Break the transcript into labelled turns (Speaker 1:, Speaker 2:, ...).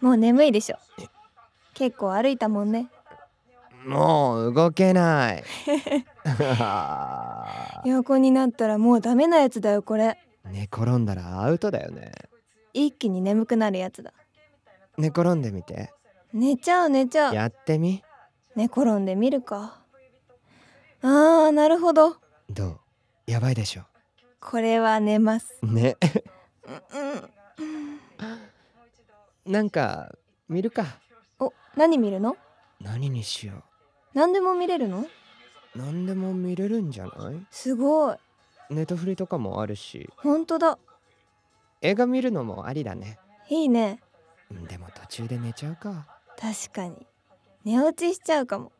Speaker 1: もう眠いでしょ結構歩いたもんね
Speaker 2: もう動けない
Speaker 1: 横になったらもうダメなやつだよこれ
Speaker 2: 寝転んだらアウトだよね
Speaker 1: 一気に眠くなるやつだ
Speaker 2: 寝転んでみて
Speaker 1: 寝ちゃう寝ちゃう
Speaker 2: やってみ
Speaker 1: 寝転んでみるかあーなるほど
Speaker 2: どうやばいでしょ
Speaker 1: これは寝ます
Speaker 2: ね
Speaker 1: うんうん
Speaker 2: なんか見るか
Speaker 1: お何見るの
Speaker 2: 何にしよ
Speaker 1: 何でも見れるの
Speaker 2: う何でも見れるんじゃない
Speaker 1: すごい
Speaker 2: ネットフリとかもあるし
Speaker 1: 本当だ
Speaker 2: 映画見るのもありだね
Speaker 1: いいね
Speaker 2: でも途中で寝ちゃうか
Speaker 1: 確かに寝落ちしちゃうかも